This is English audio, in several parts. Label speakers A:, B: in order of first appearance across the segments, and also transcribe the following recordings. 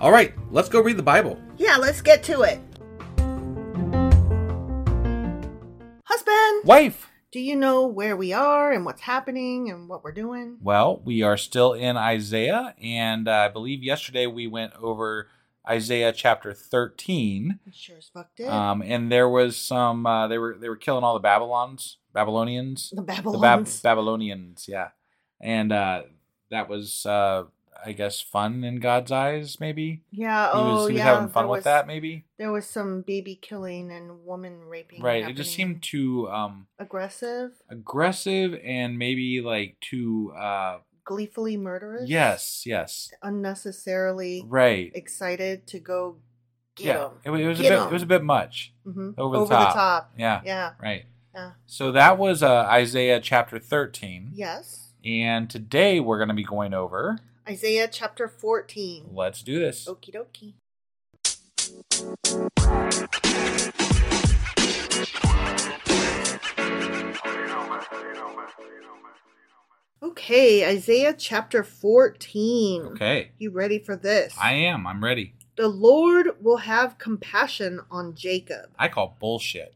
A: All right, let's go read the Bible.
B: Yeah, let's get to it. Husband,
A: Wife!
B: do you know where we are and what's happening and what we're doing?
A: Well, we are still in Isaiah, and uh, I believe yesterday we went over Isaiah chapter 13.
B: We sure as fuck did.
A: Um, and there was some uh, they were they were killing all the Babylons, Babylonians,
B: the
A: the
B: Babylons.
A: Bab- Babylonians, yeah. And uh, that was uh, I guess fun in God's eyes, maybe.
B: yeah,
A: he
B: oh,
A: was, he was
B: yeah.
A: having fun
B: there
A: with
B: was-
A: that, maybe.
B: There was some baby killing and woman raping.
A: Right. It just
B: happening.
A: seemed too um,
B: aggressive,
A: aggressive and maybe like too. Uh,
B: gleefully murderous.
A: yes, yes.
B: Unnecessarily
A: Right.
B: excited to go get
A: yeah.
B: 'em.
A: It, wa- it was a
B: Get
A: bit.
B: 'em.
A: It was a bit much.
B: Mhm.
A: Over the top. Yeah.
B: Yeah.
A: Right.
B: Yeah.
A: So that was uh, Isaiah chapter 13.
B: Yes.
A: And today we're going to be going over.
B: Isaiah chapter 14.
A: Let's do this.
B: Okie dokie. Okay, Isaiah chapter 14.
A: Okay.
B: You ready for this?
A: I am. I'm ready.
B: The Lord will have compassion on Jacob.
A: I call bullshit.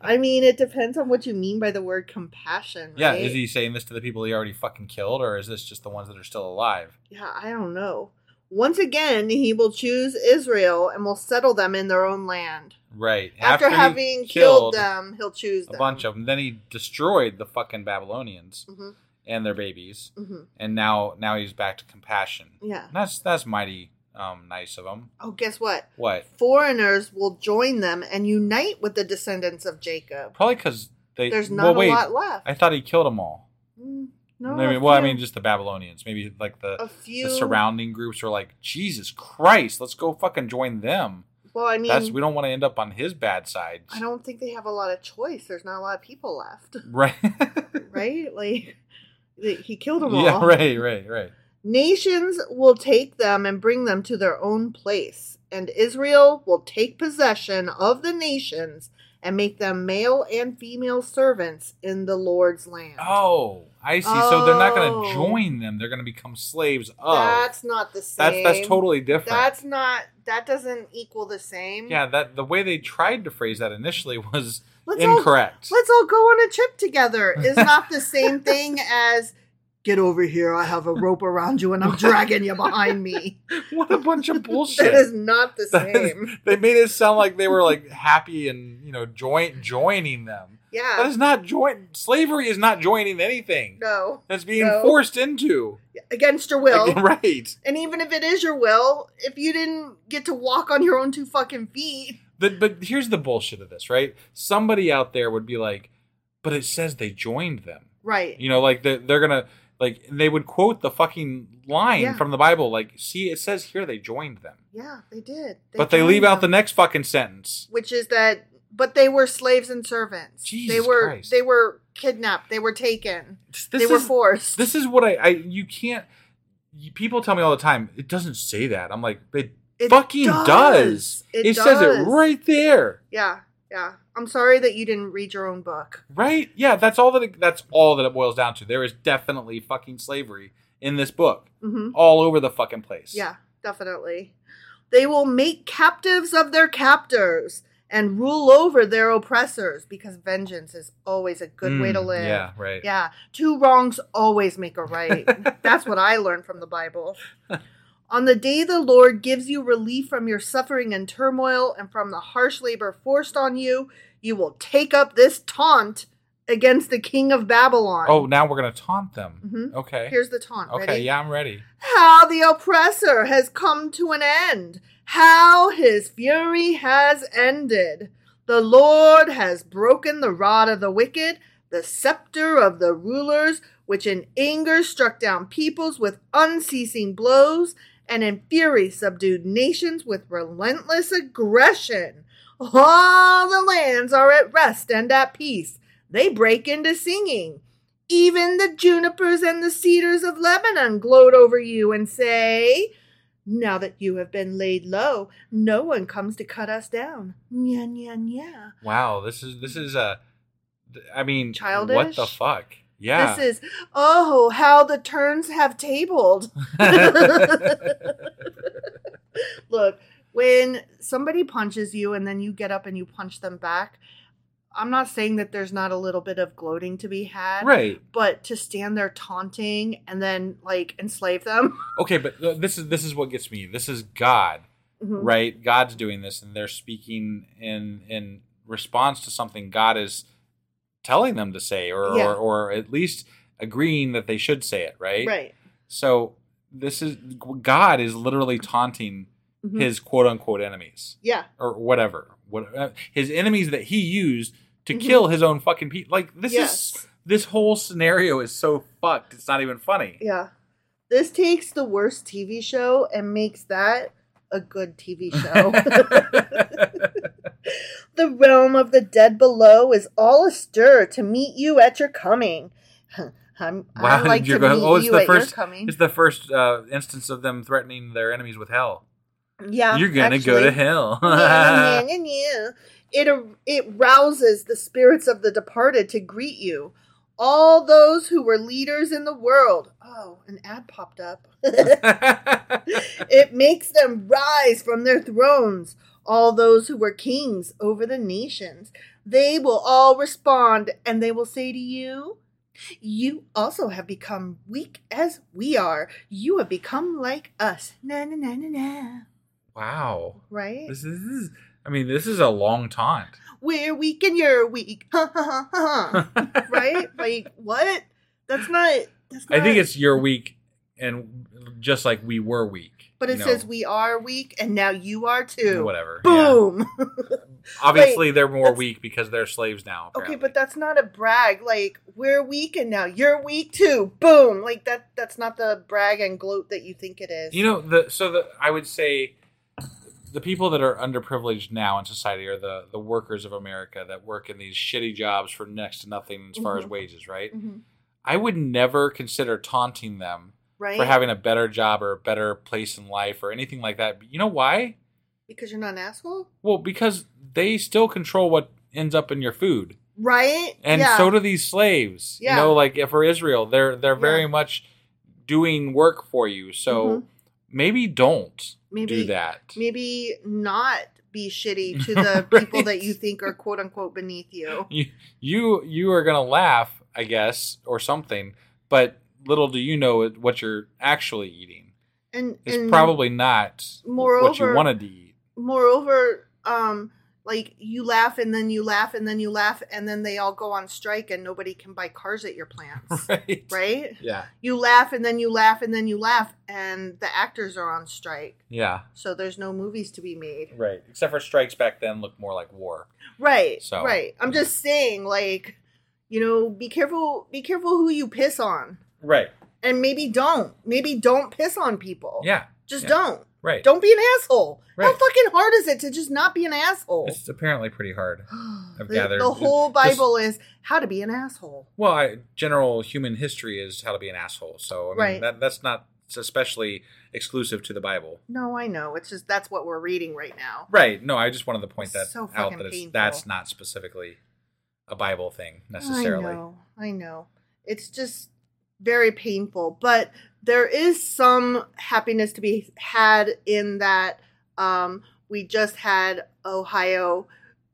B: I mean, it depends on what you mean by the word compassion.
A: Yeah.
B: right?
A: Is he saying this to the people he already fucking killed, or is this just the ones that are still alive?
B: Yeah, I don't know. Once again, he will choose Israel and will settle them in their own land.
A: Right.
B: After,
A: he
B: having killed, them, he'll choose
A: a
B: them.
A: bunch of them, then he destroyed the fucking Babylonians.
B: Mhm.
A: and their babies,
B: Mhm.
A: and now now he's back to compassion.
B: Yeah.
A: And that's that's mighty um, nice of him.
B: Oh, guess what?
A: What?
B: Foreigners will join them and unite with the descendants of Jacob.
A: Probably because they
B: There's not
A: well,
B: a
A: wait,
B: lot left.
A: I thought he killed them all.
B: Mm, no,
A: I
B: a
A: mean, well, I
B: few.
A: mean, just the Babylonians. Maybe like
B: A
A: the
B: few-
A: the surrounding groups are like, Jesus Christ, let's go fucking join them.
B: well, I mean,
A: That's we don't want to end up on his bad side.
B: I don't think they have a lot of choice. There's not a lot of people left,
A: Right.
B: right? Like, they- he killed them
A: yeah.
B: all.
A: Right. Right. Right.
B: Nations will take them and bring them to their own place, and Israel will take possession of the nations and make them male and female servants in the Lord's land.
A: Oh, I see. So they're not going
B: Oh.
A: to join them. They're going to become slaves of.
B: that's not the
A: Oh. that's
B: same.
A: that's totally different.
B: That's not. That doesn't equal the same.
A: yeah. That the way they tried to phrase that initially was
B: Let's all-
A: incorrect.
B: Let's all go on a trip together. Is not the same thing as get over here. I have a rope around you and I'm dragging you behind me.
A: what a bunch of bullshit.
B: That is not the
A: That is-
B: same.
A: they made it sound like they were like happy and you know joint joining them.
B: Yeah.
A: That is not joint. Slavery is not joining anything.
B: no.
A: That's being
B: No.
A: forced into.
B: Against your will.
A: Like, right.
B: And even if it is your will, if you didn't get to walk on your own two fucking feet,
A: But but here's the bullshit of this, right? Somebody out there would be like, but it says they joined them.
B: right.
A: You know, like they're, they're gonna like and they would quote the fucking line
B: Yeah.
A: from the Bible, like, see, it says here they joined them,
B: yeah, they did.
A: but they
B: joined
A: leave out the
B: them.
A: next fucking sentence.
B: which is that but they were slaves and servants.
A: Jesus
B: they were
A: Christ.
B: they were kidnapped, they were taken.
A: This
B: they were
A: is-
B: forced.
A: This is what I, I you can't. You, people tell me all the time it doesn't say that. I'm like, it,
B: It
A: fucking does.
B: does.
A: It,
B: It
A: says it
B: does.
A: right there.
B: yeah, yeah. I'm sorry that you didn't read your own book.
A: Right? Yeah, that's all that it, that's all that it boils down to. There is definitely fucking slavery in this book,
B: hmm
A: all over the fucking place.
B: Yeah, definitely. They will make captives of their captors and rule over their oppressors because vengeance is always a good way to
A: Mm,
B: live.
A: yeah, right.
B: Yeah, two wrongs always make a right. That's what I learned from the Bible. On the day the Lord gives you relief from your suffering and turmoil and from the harsh labor forced on you, you will take up this taunt against the king of Babylon.
A: Oh, now we're gonna taunt them.
B: Mhm.
A: Okay.
B: here's the taunt.
A: okay.
B: Ready?
A: Yeah, I'm ready.
B: How the oppressor has come to an end. How his fury has ended. The Lord has broken the rod of the wicked, the scepter of the rulers, which in anger struck down peoples with unceasing blows, and in fury subdued nations with relentless aggression. All the lands are at rest and at peace. They break into singing. Even the junipers and the cedars of Lebanon gloat over you and say, Now that you have been laid low, no one comes to cut us down. Nya, nya, nya.
A: Wow, this is this is a. th- I mean, What
B: Childish?
A: the fuck? Yeah.
B: This is, oh, how the turns have tabled. Look, when somebody punches you and then you get up and you punch them back, I'm not saying that there's not a little bit of gloating to be had.
A: right.
B: But to stand there taunting and then like enslave them.
A: Okay, but uh, this is this is what gets me. This is God,
B: Mm-hmm.
A: right? God's doing this, and they're speaking in in response to something God is telling them to say, or
B: Yeah.
A: or, or at least agreeing that they should say it, right?
B: Right.
A: So this is God is literally taunting
B: Mm-hmm.
A: his quote unquote enemies
B: Yeah.
A: or whatever, what uh, his enemies that he used to kill his own fucking people. Like this is
B: Mm-hmm. Yes.
A: this whole scenario is so fucked. It's not even funny.
B: Yeah. This takes the worst TV show and makes that a good TV show. the realm of the dead below is all astir to meet you at your coming. I'm, I like to
A: you're going-
B: meet
A: oh, it's
B: you
A: the
B: at
A: first.
B: your coming.
A: It's the first uh, instance of them threatening their enemies with hell.
B: yeah,
A: you're gonna go to
B: actually.
A: hell.
B: it it rouses the spirits of the departed to greet you. All those who were leaders in the world. Oh, an ad popped up. it makes them rise from their thrones. All those who were kings over the nations. They will all respond and they will say to you, You also have become weak as we are. You have become like us. Na na na na na.
A: wow.
B: Right?
A: This is, this is. I mean, this is a long taunt.
B: we're weak and you're weak. Ha, ha, ha, ha, ha. right? Like, what? That's not. That's not
A: I think it's you're weak, and just like we were weak.
B: But it
A: you know,
B: says we are weak, and now you are too.
A: whatever. yeah.
B: Boom.
A: Obviously, they're more
B: that's-
A: weak because they're slaves now.
B: okay,
A: Apparently.
B: but that's not a brag. Like we're weak, and now you're weak too. Boom. Like that. That's not the brag and gloat that you think it is.
A: You know, the so the I would say the people that are underprivileged now in society are the the workers of America that work in these shitty jobs for next to nothing as far as wages, right? I would never consider taunting them
B: right?
A: for having a better job or a better place in life or anything like that. You know why?
B: because you're not an asshole,
A: Well, because they still control what ends up in your food.
B: right?
A: And
B: yeah.
A: so do these slaves.
B: Yeah.
A: You know, like if for Israel, they're they're very
B: Yeah.
A: much doing work for you. So maybe don't
B: Mm-hmm. Maybe-
A: do that.
B: maybe not be shitty to the people that you think are quote unquote beneath you.
A: you you you are gonna laugh, I guess, or something. But little do you know it- what you're actually eating.
B: And
A: It's
B: and
A: probably not what
B: moreover-
A: you wanted to eat.
B: moreover, um, like you laugh and then you laugh and then you laugh and then they all go on strike and nobody can buy cars at your plants,
A: Right.
B: right?
A: Yeah.
B: You laugh and then you laugh and then you laugh and the actors are on strike,
A: Yeah.
B: so there's no movies to be made,
A: Right. Except for strikes back then looked more like war.
B: right?
A: So-
B: right. I'm just saying, like, you know, be careful, be careful who you piss on,
A: Right.
B: and maybe don't, maybe don't piss on people,
A: Yeah.
B: just
A: Yeah.
B: don't.
A: Right.
B: Don't be an asshole. How
A: Right.
B: fucking hard is it to just not be an asshole?
A: It's apparently pretty hard. I've
B: The-
A: gathered
B: The whole
A: Just-
B: Bible is how to be an asshole.
A: Well, I, general human history is how to be an asshole. So I mean,
B: Right.
A: that, that's not especially exclusive to the Bible.
B: No, I know. It's just that's what we're reading right now.
A: Right. No, I just wanted to point that
B: So fucking
A: out that it's,
B: painful.
A: that's not specifically a Bible thing necessarily.
B: I know. I know. It's just very painful, but there is some happiness to be had in that um, we just had Ohio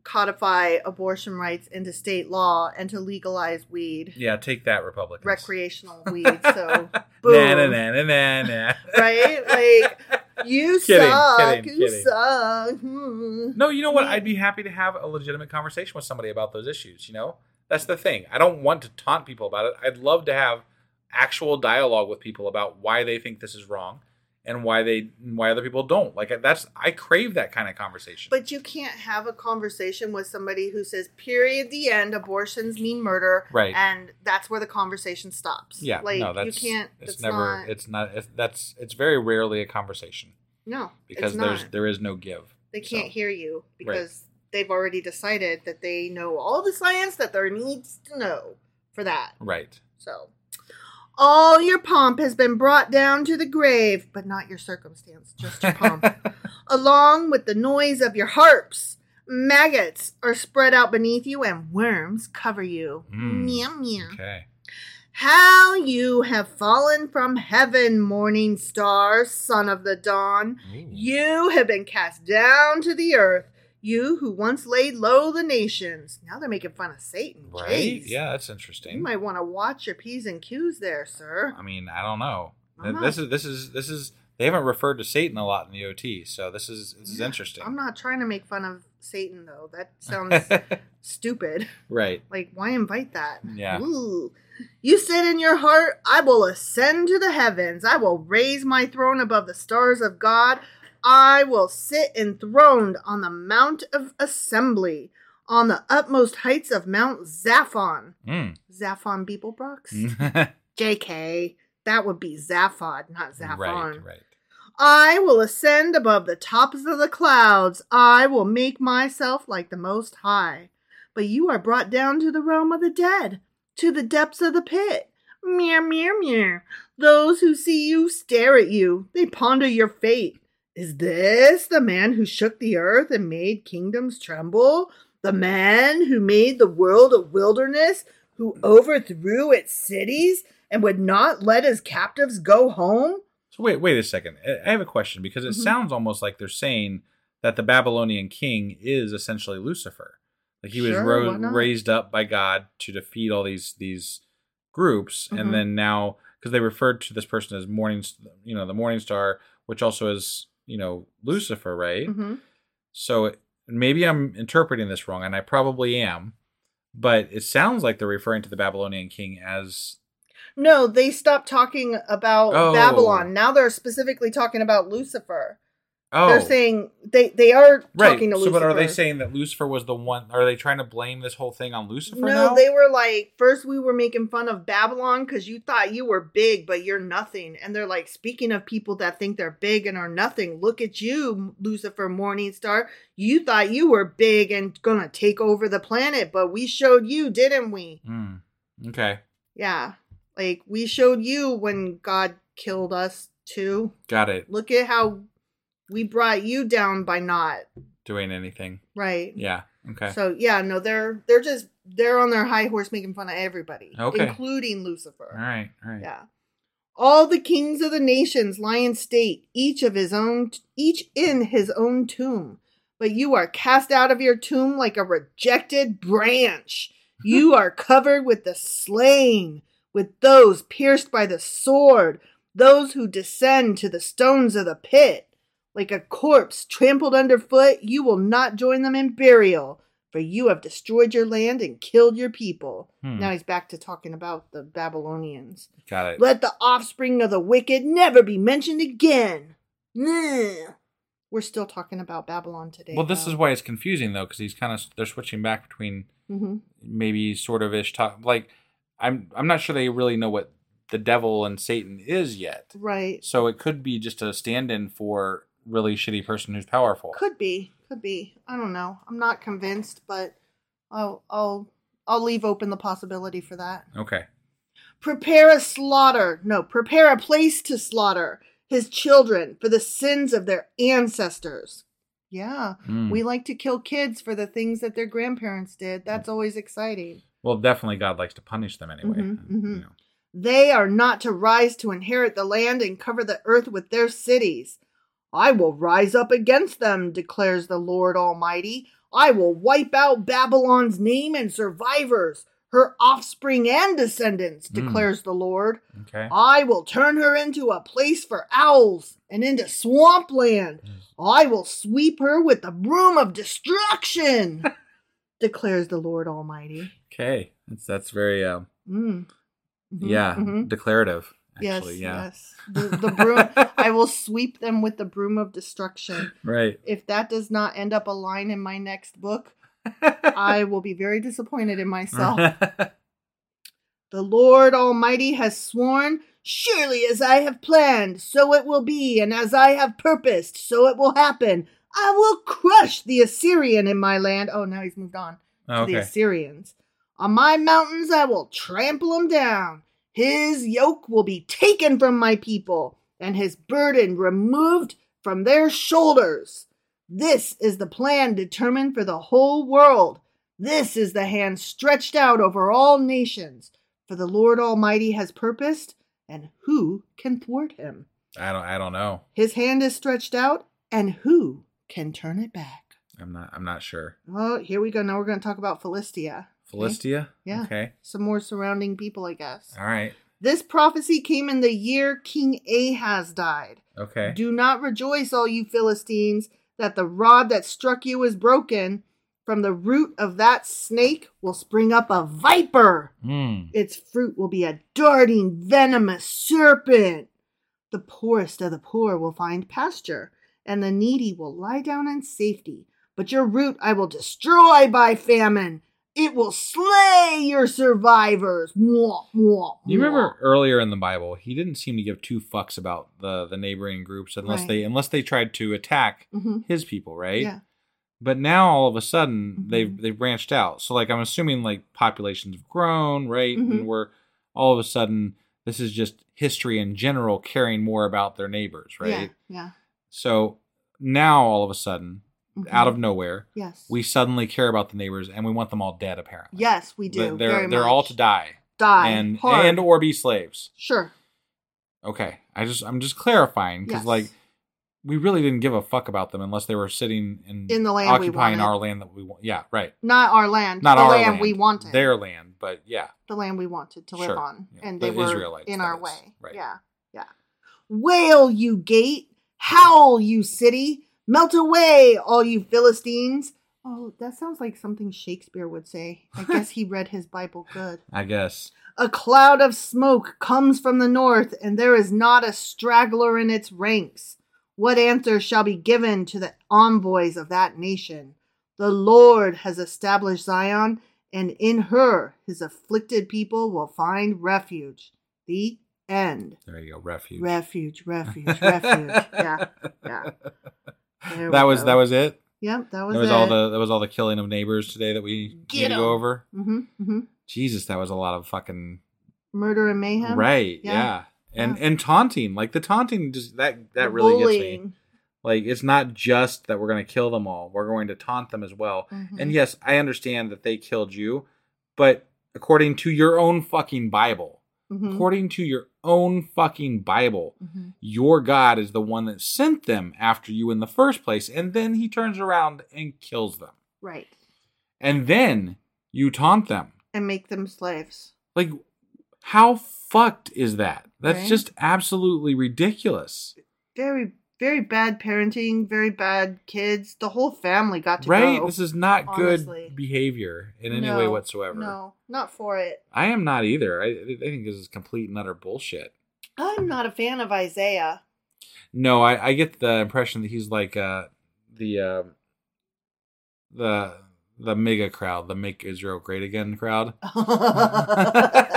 B: codify abortion rights into state law and to legalize weed,
A: Yeah, take that Republicans.
B: recreational weed. So, boom.
A: Na, na, na, na, na, na.
B: Right? Like, you
A: Kidding,
B: suck.
A: kidding,
B: you
A: kidding.
B: suck. Hmm.
A: No, you know what? I'd be happy to have a legitimate conversation with somebody about those issues, you know? That's the thing. I don't want to taunt people about it. I'd love to have actual dialogue with people about why they think this is wrong and why they why other people don't. Like that's I crave that kind of conversation.
B: But you can't have a conversation with somebody who says, period, the end, abortions mean murder.
A: Right.
B: And that's where the conversation stops.
A: yeah,
B: Like,
A: no, that's
B: you can't.
A: it's
B: that's
A: never
B: Not,
A: it's not it's, that's it's very rarely a conversation
B: no,
A: because
B: it's
A: there's
B: not.
A: there is no give.
B: they can't
A: so.
B: hear you because they've already decided that they know all the science that there needs to know for that.
A: Right.
B: So, all your pomp has been brought down to the grave, but not your circumstance, just your pomp. Along with the noise of your harps, maggots are spread out beneath you, and worms cover you.
A: Mm.
B: Meow, meow.
A: Okay.
B: How you have fallen from heaven, morning star, son of the dawn. You have been cast down to the earth. You who once laid low the nations. Now they're making fun of Satan.
A: Right?
B: Jeez.
A: Yeah, that's interesting.
B: You might want to watch your p's and q's there, sir.
A: I mean, I don't know.
B: I don't know.
A: This is this is this is they haven't referred to Satan a lot in the OT, so this is this is interesting.
B: I'm not trying to make fun of Satan though. That sounds stupid.
A: right.
B: Like, why invite that?
A: Yeah.
B: Ooh. You said in your heart, I will ascend to the heavens. I will raise my throne above the stars of God. I will sit enthroned on the Mount of Assembly, on the utmost heights of Mount Zaphon.
A: Mm.
B: Zaphon Beeblebrox?
A: Mm-hmm.
B: JK. That would be Zaphod, not Zaphon.
A: right. Right.
B: I will ascend above the tops of the clouds. I will make myself like the Most High. But you are brought down to the realm of the dead, to the depths of the pit. Meow, meow, meow. Those who see you stare at you. They ponder your fate. Is this the man who shook the earth and made kingdoms tremble? The man who made the world a wilderness, who overthrew its cities and would not let his captives go home?
A: So wait, wait a second. I- I have a question because
B: Mm-hmm.
A: it sounds almost like they're saying that the Babylonian king is essentially Lucifer. Like he was
B: Sure,
A: ro-
B: why not?
A: raised up by God to defeat all these these groups,
B: Mhm.
A: and then now because they referred to this person as morning, s- you know, the morning star, which also is you know Lucifer, right?
B: Mm-hmm.
A: So it- maybe I'm interpreting this wrong, and I probably am, but it sounds like they're referring to the Babylonian king as
B: No, they stopped talking about
A: Oh.
B: Babylon. Now they're specifically talking about Lucifer.
A: Oh,
B: They're saying they they are
A: right.
B: talking to
A: so,
B: Lucifer.
A: but are they saying that Lucifer was the one? Are they trying to blame this whole thing on Lucifer?
B: No,
A: now?
B: they were like, first we were making fun of Babylon because you thought you were big, but you're nothing. And they're like, speaking of people that think they're big and are nothing, look at you, Lucifer Morningstar. You thought you were big and gonna take over the planet, but we showed you, didn't we?
A: Hmm. Okay,
B: Yeah. Like, we showed you when God killed us too.
A: got it.
B: Look at how we brought you down by not.
A: Doing anything?
B: Right.
A: Yeah. Okay.
B: So yeah, no, they're they're just they're on their high horse making fun of everybody,
A: Okay.
B: including Lucifer.
A: all right. All right.
B: Yeah. All the kings of the nations lie in state, each of his own each in his own tomb. But you are cast out of your tomb like a rejected branch. You are covered with the slain, with those pierced by the sword, those who descend to the stones of the pit. Like a corpse trampled underfoot, you will not join them in burial, for you have destroyed your land and killed your people.
A: Hmm.
B: Now he's back to talking about the Babylonians.
A: Got it.
B: Let the offspring of the wicked never be mentioned again. Nyeh. We're still talking about Babylon today.
A: Well, this is why it's confusing though, because he's kind of they're switching back between
B: hmm
A: maybe sort of ish talk. Like, I'm I'm not sure they really know what the devil and Satan is yet.
B: Right.
A: So it could be just a stand-in for really shitty person who's powerful.
B: Could be. Could be. I don't know. I'm not convinced, but I'll I'll I'll leave open the possibility for that.
A: Okay.
B: Prepare a slaughter. No, prepare a place to slaughter his children for the sins of their ancestors. Yeah.
A: Mm.
B: We like to kill kids for the things that their grandparents did. That's always exciting.
A: Well, definitely God likes to punish them anyway.
B: Mhm, mhm.
A: You know.
B: They are not to rise to inherit the land and cover the earth with their cities. I will rise up against them, declares the Lord Almighty. I will wipe out Babylon's name and survivors, her offspring and descendants,
A: Mm.
B: declares the Lord.
A: Okay.
B: I will turn her into a place for owls and into swampland. I will sweep her with the broom of destruction, declares the Lord Almighty.
A: Okay. That's that's very um
B: Mm. Mhm,
A: yeah
B: mhm.
A: declarative.
B: Yes,
A: Actually, yeah.
B: yes. The, the broom. I will sweep them with the broom of destruction.
A: Right.
B: If that does not end up a line in my next book, I will be very disappointed in myself. The Lord Almighty has sworn, Surely as I have planned, so it will be, and as I have purposed, so it will happen. I will crush the Assyrian in my land. Oh, now he's moved on to the
A: okay.
B: Assyrians. On my mountains I will trample him down. His yoke will be taken from my people, and his burden removed from their shoulders. This is the plan determined for the whole world. This is the hand stretched out over all nations, for the Lord Almighty has purposed, and who can thwart him?
A: I don't. I don't know.
B: His hand is stretched out, and who can turn it back?
A: I'm not. I'm not sure.
B: Oh, here we go. Now we're going to talk about Philistia.
A: Philistia.
B: Yeah.
A: Okay.
B: some more surrounding people, I guess.
A: All right.
B: This prophecy came in the year King Ahaz died.
A: Okay.
B: Do not rejoice, all you Philistines, that the rod that struck you is broken. From the root of that snake will spring up a viper.
A: Mm.
B: Its fruit will be a darting, venomous serpent. The poorest of the poor will find pasture, and the needy will lie down in safety. But your root I will destroy by famine. It will slay your survivors. Mwah, mwah,
A: You
B: mwah.
A: remember earlier in the Bible, he didn't seem to give two fucks about the the neighboring groups unless
B: Right.
A: they unless they tried to attack
B: Mhm.
A: his people, right?
B: Yeah.
A: But now all of a sudden
B: Mhm.
A: they've they've branched out. So like I'm assuming like populations have grown, right?
B: Mhm.
A: And we're all of a sudden this is just history in general caring more about their neighbors, right?
B: Yeah.
A: So now all of a sudden,
B: yeah. Mhm.
A: out of nowhere,
B: yes,
A: we suddenly care about the neighbors and we want them all dead apparently.
B: yes we do.
A: They're they're,
B: very
A: they're
B: much.
A: all to die.
B: die
A: and
B: hard.
A: and or be slaves.
B: sure.
A: Okay, I just I'm just clarifying because
B: Yes.
A: like we really didn't give a fuck about them unless they were sitting in,
B: In the land we
A: occupying
B: wanted.
A: our land that we want. Yeah, right.
B: Not our land.
A: Not
B: the
A: our
B: land,
A: land
B: we wanted.
A: Their land, but yeah,
B: the land we wanted to live
A: Sure.
B: on,
A: Yeah.
B: and
A: The
B: they were
A: Israelites,
B: in
A: that
B: our
A: is.
B: way.
A: Right.
B: Yeah, yeah. Wail, you gate! Howl, you city! Melt away, all you Philistines! Oh, that sounds like something Shakespeare would say. I guess he read his Bible good.
A: I guess.
B: A cloud of smoke comes from the north, and there is not a straggler in its ranks. What answer shall be given to the envoys of that nation? The Lord has established Zion, and in her his afflicted people will find refuge. The end.
A: There you go. Refuge.
B: Refuge, refuge, refuge. yeah, yeah. There
A: That
B: we
A: was
B: go.
A: that was it.
B: Yep, that
A: That
B: was,
A: was,
B: it.
A: all the that was all the killing of neighbors today that we
B: Get
A: need to
B: 'em.
A: go over.
B: hmm hmm
A: Jesus, that was a lot of fucking
B: murder and mayhem.
A: right. Yeah.
B: Yeah.
A: And
B: Yeah.
A: and taunting, like the taunting, just that that really gets me.
B: Bullying.
A: Like it's not just that we're going to kill them all; we're going to taunt them as well.
B: Mhm.
A: And yes, I understand that they killed you, but according to your own fucking Bible,
B: Mhm.
A: according to your own fucking Bible,
B: Mhm.
A: your God is the one that sent them after you in the first place, and then He turns around and kills them,
B: Right.
A: and then you taunt them.
B: And make them slaves.
A: Like, how fucked is that? That's
B: Right.
A: just absolutely ridiculous.
B: Very, very bad parenting, very bad kids. The whole family got to
A: Right?
B: go.
A: This is not
B: honestly.
A: good behavior in any way
B: No,
A: whatsoever.
B: No, not for it.
A: I am not either. I, I think this is complete and utter bullshit.
B: I'm not a fan of Isaiah.
A: No, I, I get the impression that he's like uh, the uh, the the mega crowd, the "Make Israel Great Again" crowd.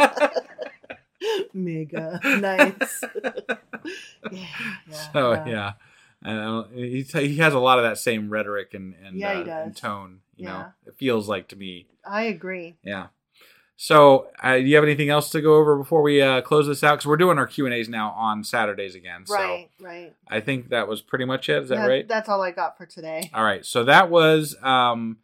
B: Mega nice. yeah,
A: so yeah, and I don't- he t- he has a lot of that same rhetoric and and,
B: Yeah, he
A: uh, and
B: does.
A: tone. You know,
B: Yeah.
A: it feels like to me.
B: I agree.
A: Yeah. So, uh, do you have anything else to go over before we uh, close this out? Because we're doing our Q and A's now on Saturdays again.
B: Right, right.
A: So, I think that was pretty much it. Is that right?
B: That's all I got for today.
A: All right. So that was um,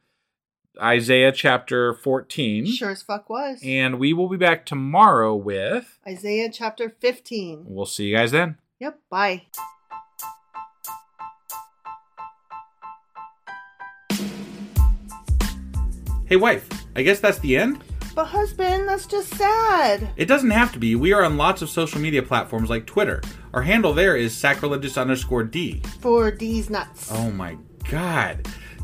A: Isaiah chapter 14.
B: Sure as fuck was.
A: Mm-hmm. And we will be back tomorrow with.
B: Isaiah chapter 15.
A: We'll see you guys then.
B: Yep, bye.
A: Hey, wife, I guess that's the end?
B: But husband, that's just sad.
A: It doesn't have to be. We are on lots of social media platforms like Twitter. Our handle there is sacrilegious underscore D.
B: For these nuts.
A: Oh my God.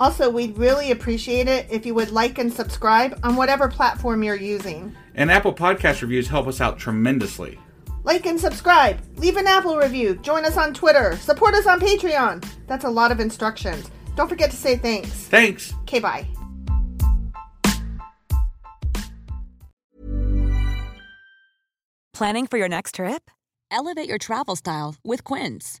B: Also, we'd really appreciate it if you would like and subscribe on whatever platform you're using.
A: And Apple Podcast reviews help us out tremendously.
B: Like and subscribe, leave an Apple review, join us on Twitter, support us on Patreon. That's a lot of instructions. Don't forget to say thanks.
A: Thanks!
B: Okay, bye.
C: Planning for your next trip? Elevate your travel style with Quince.